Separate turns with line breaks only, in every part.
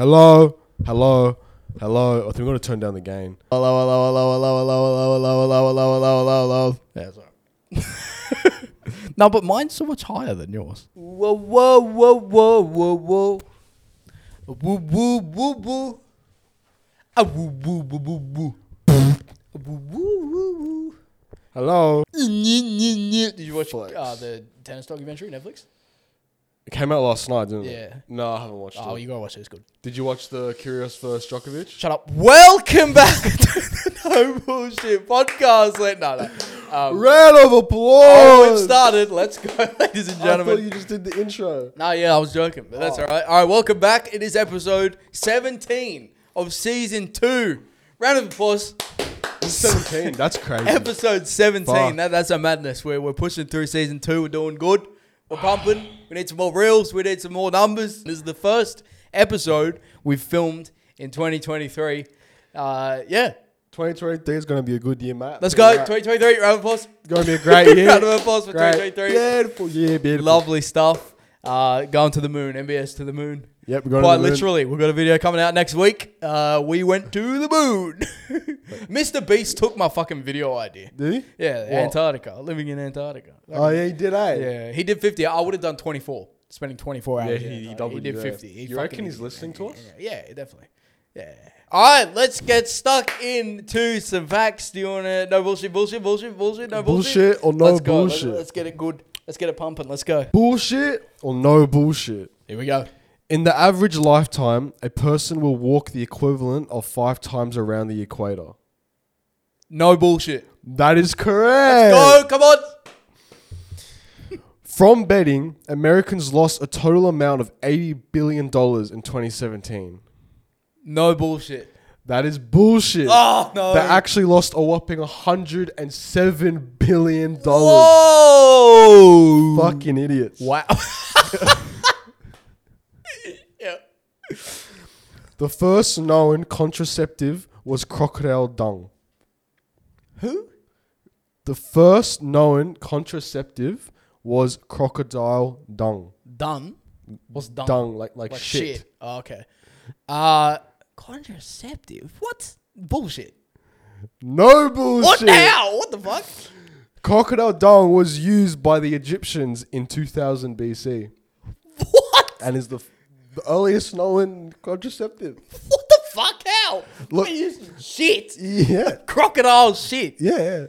hello, hello, hello. I think we're gonna turn down the gain.
Hello, hello, hello, hello, hello, hello, hello, hello, hello, hello, hello, hello. Yeah, sorry. no, but mine's so much higher than yours.
Whoa, whoa, whoa, whoa, whoa, whoa. Woo, woo, woo, woo. Ah, woo, woo, woo, woo, woo. Woo, woo, woo, woo.
Hello.
Did you watch
Flex.
uh, the tennis documentary Netflix?
It came out last night, didn't it?
Yeah.
No, I haven't watched
Oh,
it.
you gotta watch it. It's good.
Did you watch the Curious versus Djokovic?
Shut up. Welcome back to the No Bullshit Podcast. Let no, no. Um,
Round of
oh, we've
applause.
started. Let's go, ladies and
I thought
gentlemen.
you Oh. just did the intro.
No, yeah, I was joking, but that's all right. All right, welcome back. It is episode 17 of season two. Round of applause.
Seventeen. That's crazy.
Episode 17.
Fuck.
That, that's a madness. We're, we're pushing through season two. We're doing good. We're pumping. We need some more reels. We need some more numbers. This is the first episode we've filmed in 2023. Uh, yeah,
2023 is going to be a good year, mate.
let's go. 2023, round of applause.
Going to be a great year.
Round of applause for
Great.
2023.
Beautiful year, beautiful.
Lovely stuff. Uh, going to the moon, MBS to the moon.
Yep, we're going
Quite
to the moon.
literally, we've got a video coming out next week. Uh, we went to the moon. Mr. Beast took my fucking video idea.
Did he?
Yeah,
What?
Antarctica, living in Antarctica.
Oh, yeah, he did, eh?
Yeah, he did 50. I would have done 24, spending 24 hours.
Yeah,
in
he- he
Antarctica.
doubled
did
it,
50.
yeah.
He
You reckon
fucking-
he's listening to us?
Yeah, yeah, definitely. Yeah. All right, let's get stuck into some facts. Do you want to no bullshit, bullshit, bullshit, bullshit, no bullshit,
Bullshit or no
Let's go. Let's-
bullshit?
let's get it good. Let's get it pumping. Let's go.
Bullshit or no bullshit?
Here we go.
In the average lifetime, a person will walk the equivalent of five times around the equator.
No bullshit.
That is correct.
Go, come on.
From betting, Americans lost a total amount of $80 billion in 2017.
No bullshit.
That is bullshit.
Oh no.
They actually lost a whopping $107 billion.
Whoa.
Fucking idiots.
Wow. yeah.
The first known contraceptive was crocodile dung.
Who?
The first known contraceptive was crocodile dung.
Done. What's done?
Dung, like like,
Like
shit.
shit. Oh, okay. Uh, contraceptive. What? Bullshit.
No bullshit.
What now? What the fuck?
Crocodile dung was used by the Egyptians in 2000 BC
What?
and is the f- the earliest known contraceptive.
What the fuck? How?
Look-
We're using shit.
Yeah,
Crocodile shit.
yeah. yeah.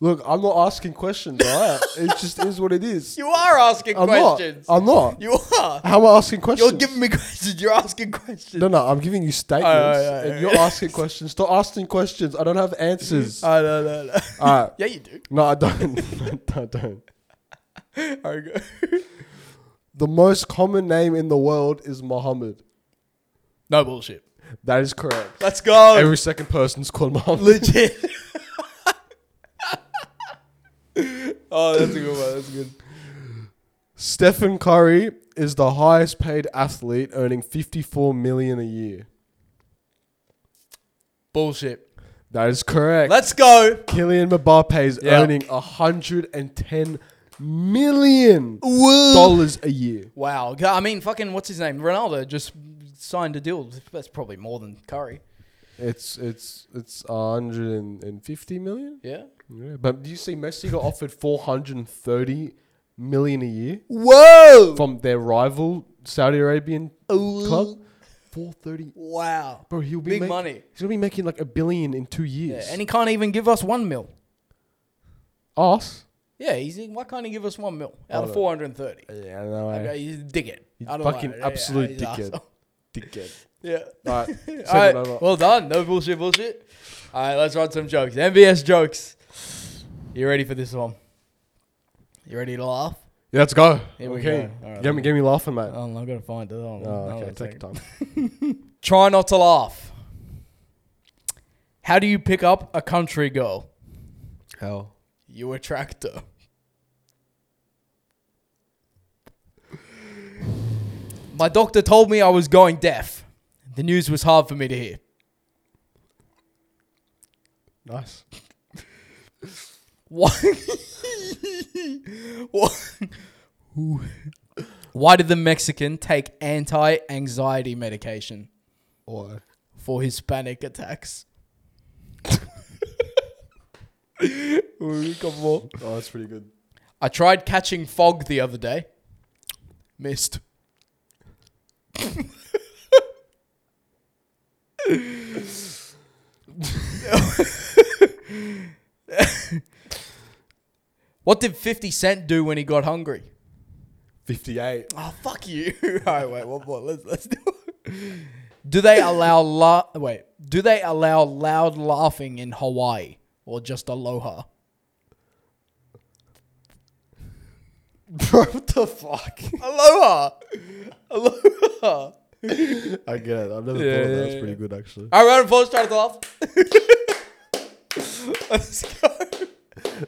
Look, I'm not asking questions. All right, it just is what it is.
You are asking
I'm
questions.
not. I'm not.
you are.
How am I asking questions?
You're giving me questions. You're asking questions.
No, no, I'm giving you statements
Alright, alright,
and
alright.
you're asking questions. Stop asking questions. I don't have answers.
I don't know.
All right.
Yeah, you do.
No, I don't. I don't.
All right, go.
The most common name in the world is Muhammad.
no bullshit.
That is correct.
Let's go.
Every second person's called Muhammad.
Legit. oh, that's a good one. That's good.
Stephen Curry is the highest paid athlete earning 54 million a year.
Bullshit.
That is correct.
Let's go.
Kylian Mbappe is
Yeah.
earning 110 million
Woo.
dollars a year.
Wow. I mean, fucking, what's his name? Ronaldo just signed a deal. That's probably more than Curry.
It's it's it's 150 million.
Yeah.
Yeah, but do you see Messi got offered 430 million a year
Whoa.
from their rival Saudi Arabian club? 430.
Wow.
Bro, he'll be
Big
make-
money.
He's gonna be making like a billion in two years.
Yeah, and he can't even give us one mil.
us?
Yeah, he's why can't he give us one mil out
Hold
of
on.
four hundred and thirty?
Yeah, eh? no
Okay, he's a dickhead.
He's
I don't
fucking
like it.
absolute
he's an
dickhead.
asshole.
Dickhead.
Yeah.
All right, segment
All right,
over.
well done. No bullshit, bullshit. All right, let's run some jokes. MBS jokes. You ready for this one? You ready to laugh?
Yeah, let's go.
Here we
okay,
go. All right,
get me, get me laughing, mate.
Oh, I'm gonna find it.
Oh, okay, take your time.
Try not to laugh. How do you pick up a country girl?
Hell,
You attract her. My doctor told me I was going deaf. The news was hard for me to hear.
nice.
Why? Why? Why did the Mexican take anti anxiety medication
Why?
for his panic attacks? Ooh, couple more.
Oh, that's pretty good.
I tried catching fog the other day. Missed. what did 50 Cent do when he got hungry?
58.
Oh, fuck you. All right, wait, one more. Let's, let's do it. Do they allow la- wait, do they allow loud laughing in Hawaii or just aloha?
Bro, what the fuck?
Aloha. Aloha.
I get it. I've never
Yeah,
thought of that.
yeah,
That's
yeah.
pretty good, actually.
All right, round of applause, start us off. Let's go.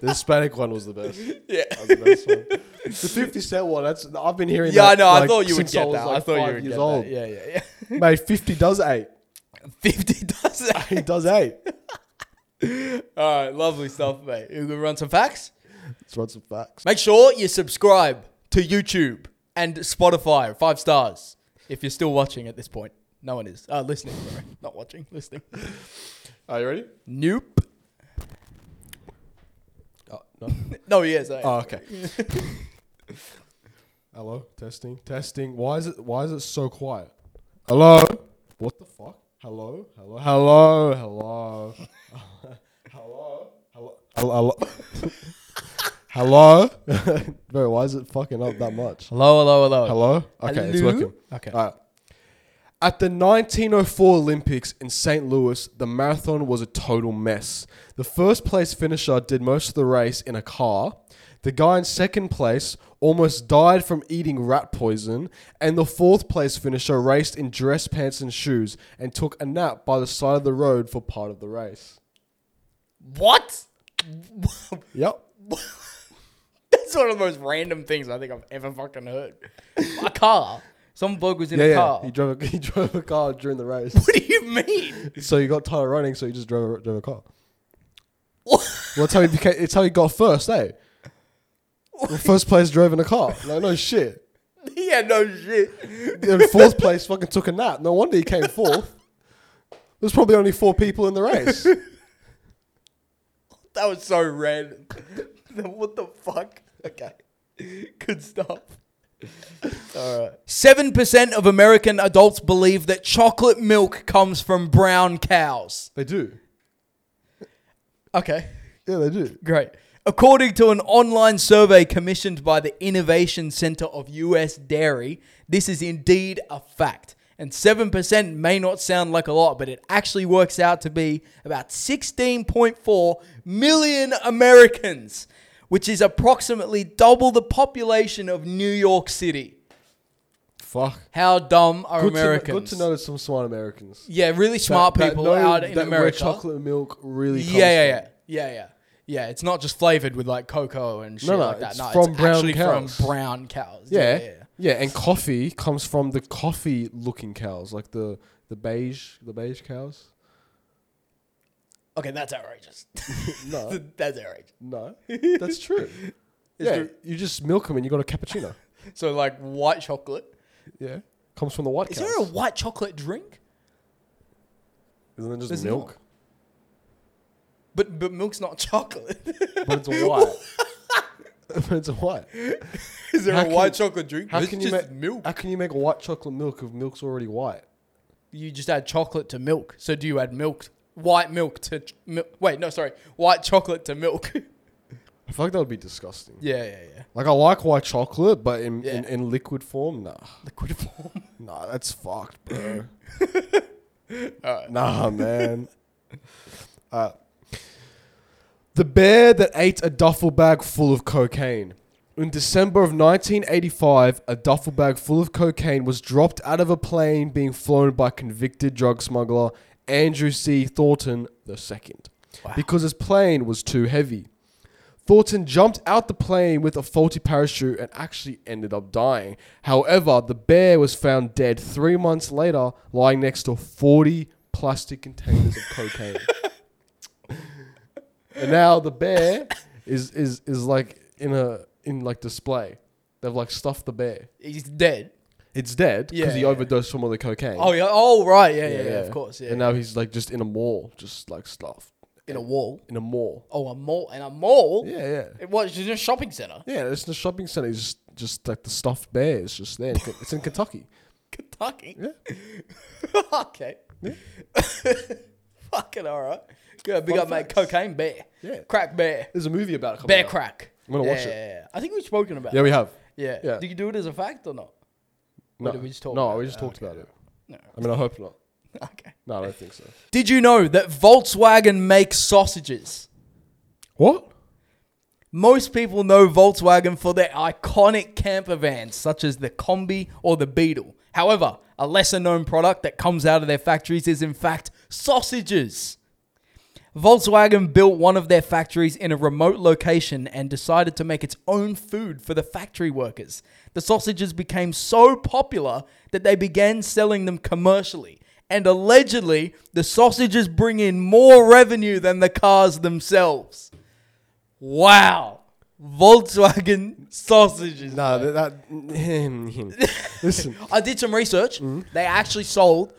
The Hispanic one was the best.
Yeah.
That was the best one. The 50 Cent one, that's, I've been hearing
Yeah, I
that.
know. I
like,
thought you would
since
get
was,
that.
like,
I thought you
five
would
years
get
old.
that. Yeah, yeah, yeah.
Mate, 50 does 8.
50 does that.
He does 8.
All right, lovely stuff, mate. You can run some facts.
Let's run some facts.
Make sure you subscribe to YouTube and Spotify. Five stars. If you're still watching at this point. No one is. Uh, listening, sorry. Not watching, listening.
Are you ready?
Nope.
Oh, no.
No, he is. eh?
oh, okay. Hello, testing, testing. Why is it? Why is it so quiet? Hello. What the fuck? Hello, hello, hello, hello, hello, hello, hello, hello. Bro, why is it fucking up that much?
Hello, hello, hello.
Hello. Okay, it's
Hello?
working.
Okay.
All right. At the 1904 Olympics in St. Louis, the marathon was a total mess. The first place finisher did most of the race in a car. The guy in second place almost died from eating rat poison. And the fourth place finisher raced in dress pants and shoes and took a nap by the side of the road for part of the race.
What?
Yep.
That's one of the most random things I think I've ever fucking heard. A car. Some bloke was in
Yeah,
a
yeah.
car.
He drove a, he drove a car during the race.
What do you mean?
so he got tired of running, so he just drove a, drove a car.
What?
Well, that's how he became. It's how he got first, eh? Well, first place drove in a car. Like no shit.
Yeah, no shit.
Then fourth place fucking took a nap. No wonder he came fourth. There's probably only four people in the race.
That was so random. what the fuck? Okay. Good stuff. Alright. Seven percent of American adults believe that chocolate milk comes from brown cows.
They do.
Okay.
Yeah, they do.
Great. According to an online survey commissioned by the Innovation Center of US Dairy, this is indeed a fact. And 7% may not sound like a lot, but it actually works out to be about 16.4 million Americans, which is approximately double the population of New York City.
Fuck.
How dumb are
Good To, kn-
Americans?
good to know there's some smart Americans.
Yeah, really smart
That- that
people
know
out in
that where
America.
chocolate milk really. Comes
Yeah, yeah, yeah,
from.
yeah, yeah, yeah. It's not just flavored with like cocoa and shit
No, no,
like that.
it's
no,
from
it's
brown
actually
cows.
from brown cows.
Yeah.
yeah,
yeah, and coffee comes from the coffee-looking cows, like the the beige, the beige cows.
Okay, that's outrageous.
No,
that's outrageous.
no, that's true. yeah,
true.
you just milk them and you got a cappuccino.
So like white chocolate.
Yeah. Comes from the white
Is
cows.
there a white chocolate drink?
Isn't it just
there's
milk?
But but milk's not chocolate.
But it's white. but it's white.
Is there
How
a white
can-
chocolate drink?
How
it's
can you
just
make
milk.
How can you make white chocolate milk if milk's already white?
You just add chocolate to milk. So do you add milk, white milk to ch- milk? Wait, no, sorry, white chocolate to milk.
I feel like that would be disgusting.
yeah, yeah, yeah.
Like I like white chocolate, but in,
Yeah.
in, in liquid form, nah.
Liquid form.
Nah, that's fucked, bro.
Alright.
Nah, man. uh, the bear that ate a duffel bag full of cocaine. In December of 1985, a duffel bag full of cocaine was dropped out of a plane being flown by convicted drug smuggler Andrew C. Thornton II
Wow.
because his plane was too heavy. Thornton jumped out the plane with a faulty parachute and actually ended up dying. However, the bear was found dead three months later, lying next to 40 plastic containers of cocaine. And now the bear is, is, is like in a in like display. They've like stuffed the bear.
He's dead.
It's dead because
Yeah,
he
yeah.
overdosed from all the cocaine.
Oh yeah. Oh right. Yeah. Yeah. yeah, Of course. Yeah.
And now he's like just in a mall, just like stuffed
in a wall.
in a mall.
Oh, a mall. In a mall.
Yeah, yeah,
It was just a shopping center.
yeah. It's in the shopping center. It's just just like the stuffed bear is just there. it's in Kentucky.
Kentucky.
Yeah.
okay. Fucking all right. Good. Big
Fun
up, mate.
facts.
Cocaine bear.
Yeah.
Crack bear.
There's a movie about it. coming
Bear
out.
crack.
I'm gonna
yeah,
watch it.
Yeah, yeah. I think we've spoken about
Yeah,
it.
we have.
Yeah.
yeah.
Did you do it as a fact or not?
No,
did we just talk
no,
about
we
it?
just
Oh,
talked about it.
No.
I mean, I hope not.
Okay.
No, I don't think so.
Did you know that Volkswagen makes sausages?
What?
Most people know Volkswagen for their iconic camper vans, such as the Combi or the Beetle. However, a lesser known product that comes out of their factories is, in fact, sausages. Volkswagen built one of their factories in a remote location and decided to make its own food for the factory workers. The sausages became so popular that they began selling them commercially. And allegedly, the sausages bring in more revenue than the cars themselves. Wow. Volkswagen sausages.
No, that, that him, him. Listen,
I did some research. They actually sold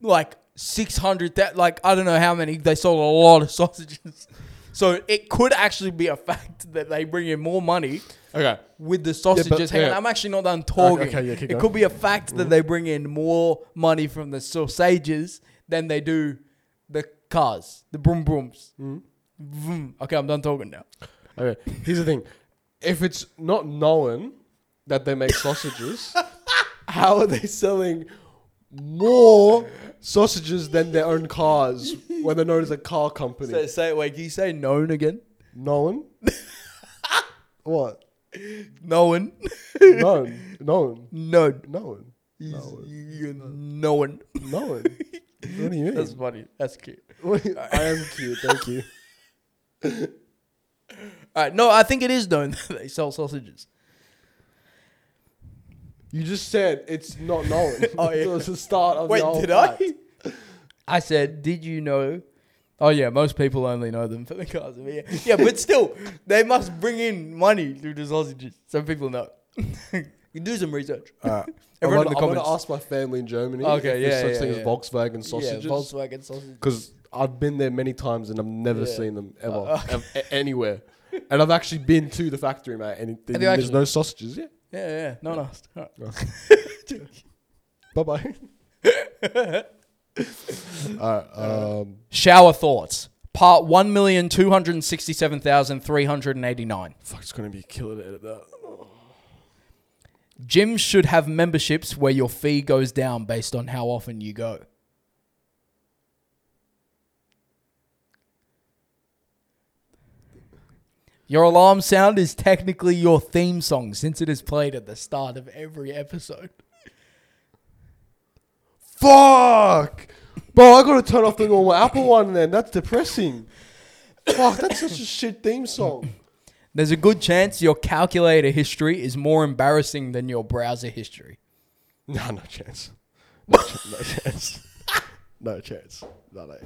like 600 that like I don't know how many they sold a lot of sausages. So it could actually be a fact that they bring in more money
okay.
with the sausages. Hang on,
yeah.
I'm actually not done talking.
okay, yeah, keep
it
going.
could be a fact that they bring in more money from the sausages than they do the cars, the broom brooms. Vroom. Okay, I'm done talking now.
Okay, here's the thing: if it's not known that they make sausages, how are they selling more sausages than their own cars when they're known as a car company?
Say, say wait, can you say known again?
known? what?
Known.
Known? Known?
known.
Known?
No, you no one.
Known? What do you
That's
mean?
funny. That's cute.
What do you- I am cute. Thank you.
All right. No, I think it is known that they sell sausages.
You just said it's not known.
Oh, yeah.
so it's the start of
Wait,
the whole
did I?
fact.
I said, did you know? Oh yeah, most people only know them for the cars. Yeah, yeah, but still, they must bring in money through the sausages. Some people know. you do some research.
Alright. I'm
Everyone in
gonna,
the
I'm gonna
comments.
ask my family in Germany.
Okay,
if there's
yeah,
such
yeah,
thing
yeah.
as Volkswagen sausages.
Yeah, Volkswagen sausages.
because I've been there many times and I've never
Yeah. Uh,
seen them ever ev- a- anywhere. And I've actually been to the factory, mate, and it-
Have you
there's
actually?
no sausages. Yeah.
Yeah, yeah. No one asked. All right.
Bye bye. All right. Um,
Shower thoughts. Part one million two hundred sixty-seven thousand three hundred eighty-nine.
fuck, it's gonna be a killer to edit that.
Gyms should have memberships where your fee goes down based on how often you go. Your alarm sound is technically your theme song since it is played at the start of every episode.
Fuck, bro, I gotta turn off the normal Apple one. Then that's depressing. fuck, that's such a shit theme song.
There's a good chance your calculator history is more embarrassing than your browser history.
Nah, no chance. No, ch- no chance. No chance. No, no.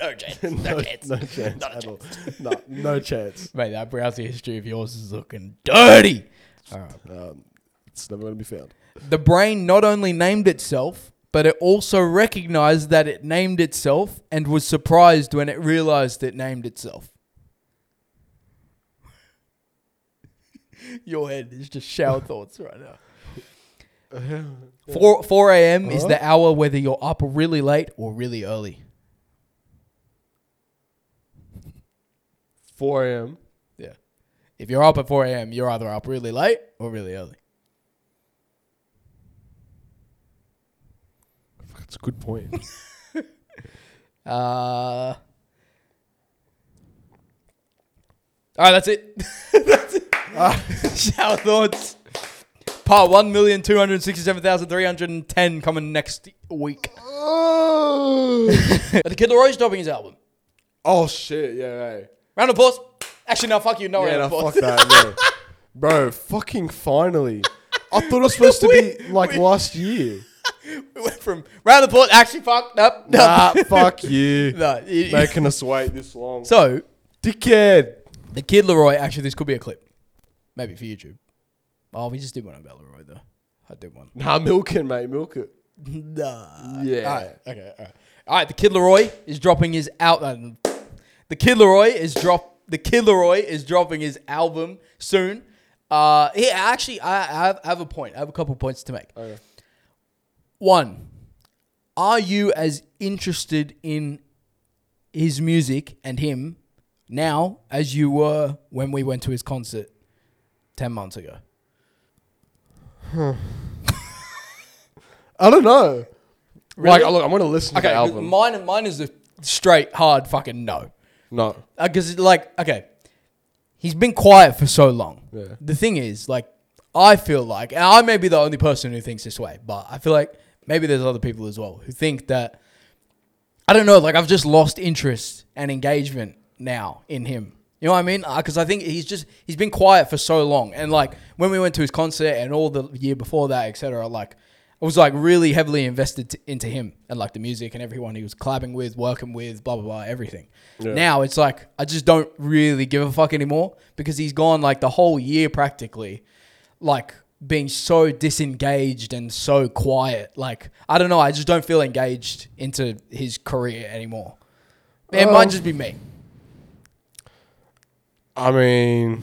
no chance.
No, no chance at all. No, no chance.
Mate, that browser history of yours is looking dirty.
Um, it's never going to be found.
The brain not only named itself, but it also recognized that it named itself and was surprised when it realized it named itself. Your head is just shower thoughts right now. 4, 4 a.m. is the hour whether you're up really late or really early.
4 a.m.
Yeah. If you're up at 4 a.m., you're either up really late or really early.
That's a good point.
Uh, all right, that's it. that's it. Shower thoughts. Part one million two hundred sixty-seven thousand three hundred and ten coming next week.
oh
the Kid Leroy's dropping his album.
shit! Yeah, right.
Round of applause. Actually, no, fuck you. No
yeah,
round
no,
of applause.
fuck that, yeah. bro. Fucking finally. I thought it was supposed to be like last year.
We went from round of applause. Actually, fuck. Nope. nope.
Nah, fuck you,
No, it-
making us wait this long.
So
Dickhead.
the Kid Leroy. Actually, this could be a clip, maybe for YouTube. Oh, we just did one on Ballarat though. I did one.
Nah, milk it, mate. Milk it.
nah.
Yeah.
All right. Okay. All right.
All right, the Kid Leroy is dropping his out. uh, the Kid Leroy is drop. The Kid Leroy is dropping his album soon. Uh, yeah, actually, I, I, have, I have a point. I have a couple points to make.
Okay.
One, are you as interested in his music and him now as you were when we went to his concert ten months ago?
I don't know.
Really?
Like, look, I'm gonna listen to
Okay,
the album.
mine mine is a straight hard fucking no.
no.
because Uh, like okay he's been quiet for so long
Yeah.
the thing is like i feel like and i may be the only person who thinks this way but i feel like maybe there's other people as well who think that i don't know like i've just lost interest and engagement now in him you know what i mean because i think he's just he's been quiet for so long and like when we went to his concert and all the year before that etc like I was like really heavily invested t- into him and like the music and everyone he was collabing with, working with, blah blah blah, everything.
Yeah.
Now it's like I just don't really give a fuck anymore because he's gone like the whole year practically, like being so disengaged and so quiet. Like I don't know, I just don't feel engaged into his career anymore. It
Oh.
might just be Um, me.
I mean,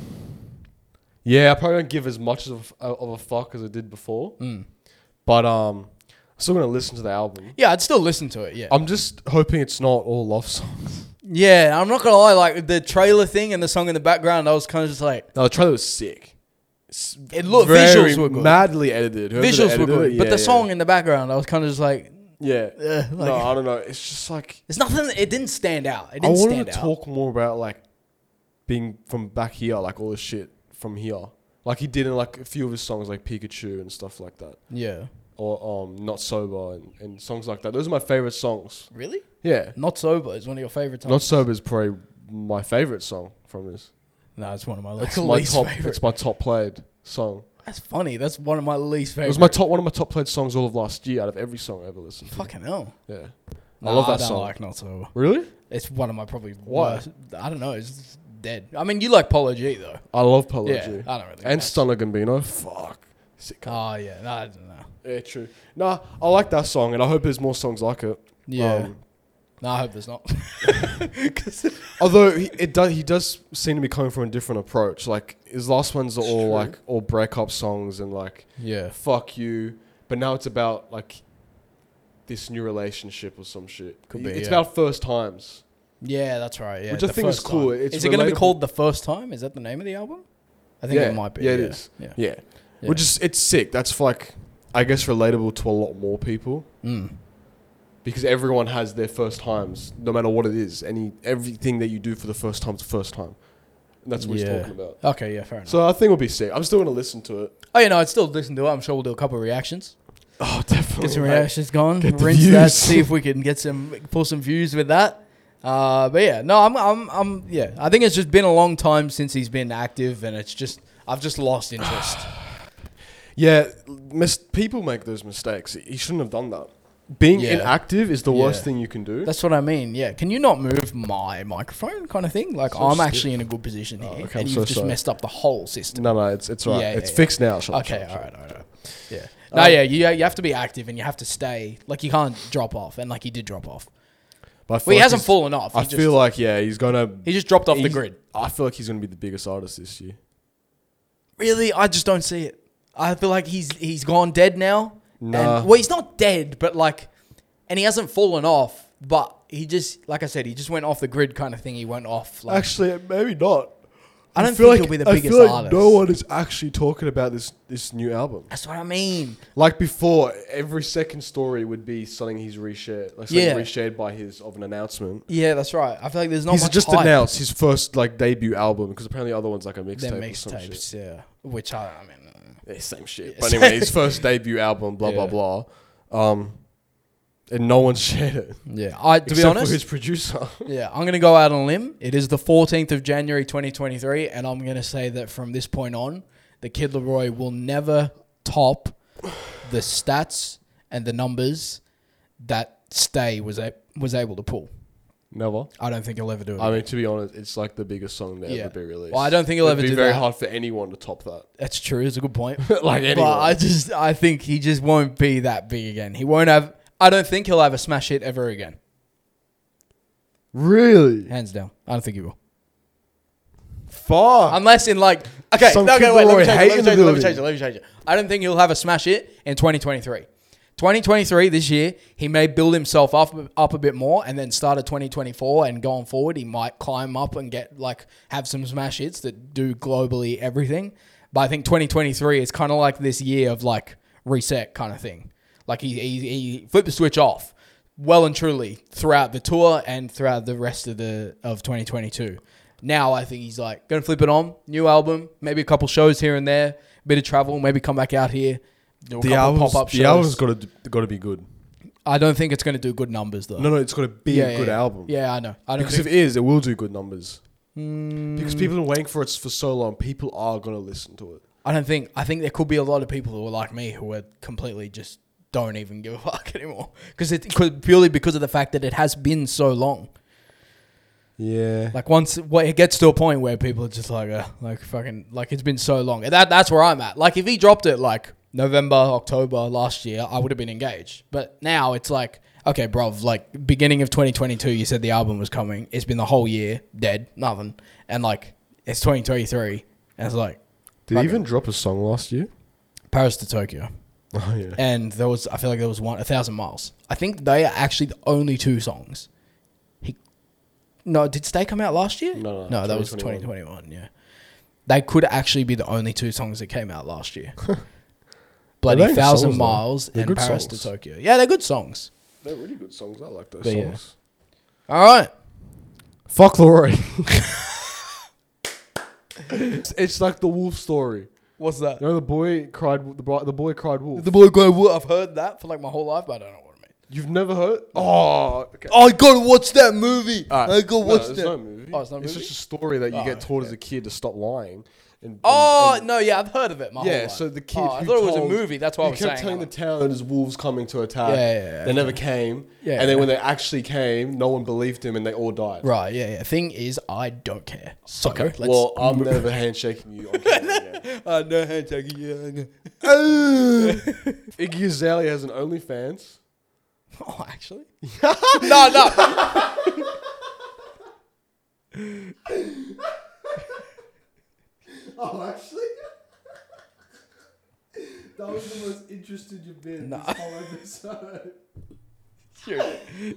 yeah, I probably don't give as much of a, of a fuck as I did before.
Hmm.
But um, I'm still gonna listen to the album.
Yeah, I'd still listen to it. Yeah,
I'm just hoping it's not all love songs.
yeah. I'm not gonna lie, like the trailer thing and the song in the background, I was kind of just like,
No, the trailer was sick. It's
It looked-
very
visuals were good.
madly edited. Whoever
visuals were
edited
good,
it,
but
yeah,
the
yeah.
song in the background, I was kind of just like,
yeah.
Ugh, like-
no, I don't know. It's just like
There's nothing. It didn't stand out. It
I
didn't
wanted
stand
to
out.
talk more about like being from back here, like all the shit from here, like he did in like a few of his songs, like Pikachu and stuff like that,
Yeah.
or um, Not Sober and, and songs like that. Those are my favorite songs.
Really?
Yeah,
Not sober is one of your favorite songs.
Not Sober is probably my favorite song from his.
no, it's one of my
It's
least,
my
least
top.
favorite.
It's my top played song.
That's funny. That's one of my least favorite.
It was my top one of my top played songs all of last year out of every song I ever listened. to.
Fucking hell.
Yeah,
Nah,
I love that
don't
song.
like not sober.
really?
It's one of my probably
Why?
worst. I don't know. It's dead. I mean, you like Polo G though.
I love Polo
yeah.
G.
I don't really.
and
know.
Stunner Gambino. Fuck. Sick.
Oh yeah. No, I don't know.
Yeah, true. Nah, I like that song, and I hope there's more songs like it.
Yeah.
Um,
no, I hope there's not.
although he, it does, he does seem to be coming from a different approach. Like his last ones are
It's
all
true.
like all breakup songs and like
yeah.
fuck you, but now it's about like this new relationship or some shit.
Could be,
It's
yeah.
about first times.
Yeah, that's right. Yeah.
Which I
The
think is
First
cool.
Time.
It's
is it going to be
relatable.
called the first time? Is that the name of the album? I think
Yeah.
it might be.
Yeah,
yeah.
it is.
Yeah.
Yeah.
Yeah.
which is it's sick. That's like I guess relatable to a lot more people
Mm.
because everyone has their first times, no matter what it is. Any everything that you do for the first time's the first time, and that's what he's
Yeah.
talking about.
Okay. Yeah. Fair enough.
So I think it'll be sick. I'm still gonna listen to it.
Oh, you know, I'd still listen to it. I'm sure we'll do a couple of reactions.
Oh, definitely.
Get some reactions going.
Get the
Rinse that.
views.
See if we can get some pull some views with that. Uh, but yeah, no, I'm, I'm, I'm, yeah. I think it's just been a long time since he's been active, and it's just I've just lost interest.
Yeah, mis- people make those mistakes. He shouldn't have done that. Being
Yeah.
inactive is the worst
Yeah.
thing you can do.
That's what I mean. Yeah, can you not move my microphone, kind of thing? Like
So
I'm
stiff.
actually in a good position here,
Oh, okay, I'm
and you've
so
just
sorry.
messed up the whole system.
no, no, it's it's right.
Yeah, yeah,
it's
yeah.
fixed now. Shut up,
Okay,
shut up,
all
shut up.
right, all right, all right. Yeah. No,
Um,
yeah, you you have to be active, and you have to stay. Like you can't drop off, and like he did drop off.
But I feel
Well, he
like
hasn't
he's-
fallen off. He
I
just,
feel like yeah, he's gonna.
he just dropped off the
he's-
grid.
I feel like he's gonna be the biggest artist this year.
Really, I just don't see it. I feel like he's he's gone dead now.
Nah.
And, well, he's not dead, but like, and he hasn't fallen off. But he just, like I said, he just went off the grid kind of thing. He went off. Like,
Actually, maybe not.
I don't think he'll be the
I
biggest
feel like
artist.
No one is actually talking about this this new album.
That's what I mean.
Like before, every second story would be something he's reshared, like something
Yeah.
reshared by his of an announcement.
Yeah, that's right. I feel like there's not
he's
much
just
hype.
announced his first like debut album because apparently the other one's like a
They're
mixtape. or some shit.
mixtapes, yeah. Which I, I mean,
Yeah, same shit.
Yeah,
But anyway, his first debut album, blah blah blah, um, and no one shared it.
yeah. I to
except
be honest,
for his producer.
Yeah, I'm going to go out on a limb. It is the 14th of January 2023, and I'm going to say that from this point on, the Kid Leroy will never top the stats and the numbers that Stay was a- was able to pull.
Never.
I don't think he'll ever do it.
I mean, to be honest, it's like the biggest song to
Yeah.
ever be released.
Well, I don't think he'll
It'd
ever
be
do
very
that.
hard for anyone to top that.
That's true. It's a good point.
like
But
anyone.
I just, I think he just won't be that big again. He won't have. I don't think he'll have a smash hit ever again.
really?
Hands down. I don't think he will.
Fuck.
Unless in like, okay,
Some
no, okay,
Kid
wait, let
Leroy
me, change,
hate
it,
in
let, me
the
change, it, let me
building.
change it. Let me change it. I don't think he'll have a smash hit in 2023. 2023 this year, he may build himself up up a bit more, and then start at 2024 and going forward, he might climb up and get like have some smash hits that do globally everything. But I think 2023 is kind of like this year of like reset kind of thing. Like he he, he flipped the switch off well and truly throughout the tour and throughout the rest of the of 2022. Now I think he's like gonna flip it on, new album, maybe a couple shows here and there, bit of travel, maybe come back out here, do a
the
couple
album's,
pop up
the album's
shows.
got to got to be good.
I don't think it's gonna do good numbers though.
No, no, it's got to be
yeah,
a
yeah,
good
yeah.
album.
Yeah, I know. I don't
Because
think, Hmm.
if it is, it will do good numbers. Because people have been waiting for it for so long. People are gonna listen to it.
I don't think I think there could be a lot of people who are like me who are completely just don't even give a fuck anymore because it could purely because of the fact that it has been so long.
Yeah.
Like once well, it gets to a point where people are just like, uh, like fucking, like it's been so long. And that that's where I'm at. Like if he dropped it like November, October last year, I would have been engaged. But now it's like, okay, bruv, like beginning of 2022, you said the album was coming. It's been the whole year dead, nothing, and like it's 2023, and it's like
Did
Fuck
he
it.
even drop a song last year?
Paris to Tokyo,
Oh yeah.
and there was I feel like there was one a thousand miles. I think they are actually the only two songs. He, no, did Stay come out last year?
No, no,
that was
2021.
2021. Yeah, they could actually be the only two songs that came out last year.
They're
Bloody
good
thousand
songs, though.
miles
They're
and
good
Paris
songs.
to Tokyo. Yeah, they're good songs.
They're really good songs. I like those
But yeah.
songs.
All right.
Fuck Leroy. it's, it's like the wolf story.
What's that?
You know, the boy cried. The, bri- the boy cried wolf.
The blue guy. I've heard that for like my whole life, but I don't know what it means.
You've never heard? Oh, okay.
I gotta watch that movie.
Alright.
I gotta
No,
watch
it's
that.
no movie.
Oh, it's not a movie?
just a story that you
Oh,
get taught as a kid to stop lying. And, and-
Oh
and-
no, yeah, I've heard of it. My whole
yeah.
life.
So the kid.
Oh, I
who
thought it was a
told-
movie. That's why I
who
was
kept
saying.
telling
I'm
the
like,
town there's wolves coming to attack.
Yeah, yeah, yeah,
They never came.
Yeah,
And then
yeah.
when they actually came, no one believed him, and they all died.
Right, yeah, yeah. Thing is, I don't care. So, let's-
well, I'm never handshaking you. On camera again.
Uh, no handshake. Yeah, no.
Iggy Azalea has an OnlyFans.
Oh, actually? no, no.
Oh, actually. That was the most interested you've been
Nah.
whole episode.
You're,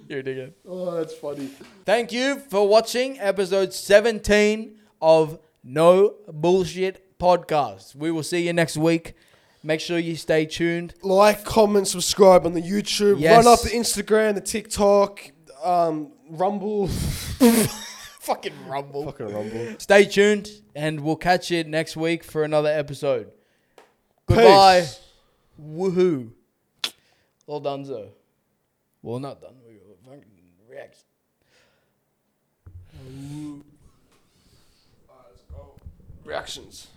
you're digging.
Oh, that's funny.
Thank you for watching episode 17 of No Bullshit Podcast. We will see you next week. Make sure you stay tuned.
Like, comment, subscribe on the YouTube.
Yes.
Run up the Instagram, the TikTok, um, Rumble.
Fucking rumble.
Fucking Rumble.
Stay tuned, and we'll catch you next week for another episode. Goodbye.
Peace.
Woohoo. Well done, Zo. Well, not done. We were fucking react.
Reactions.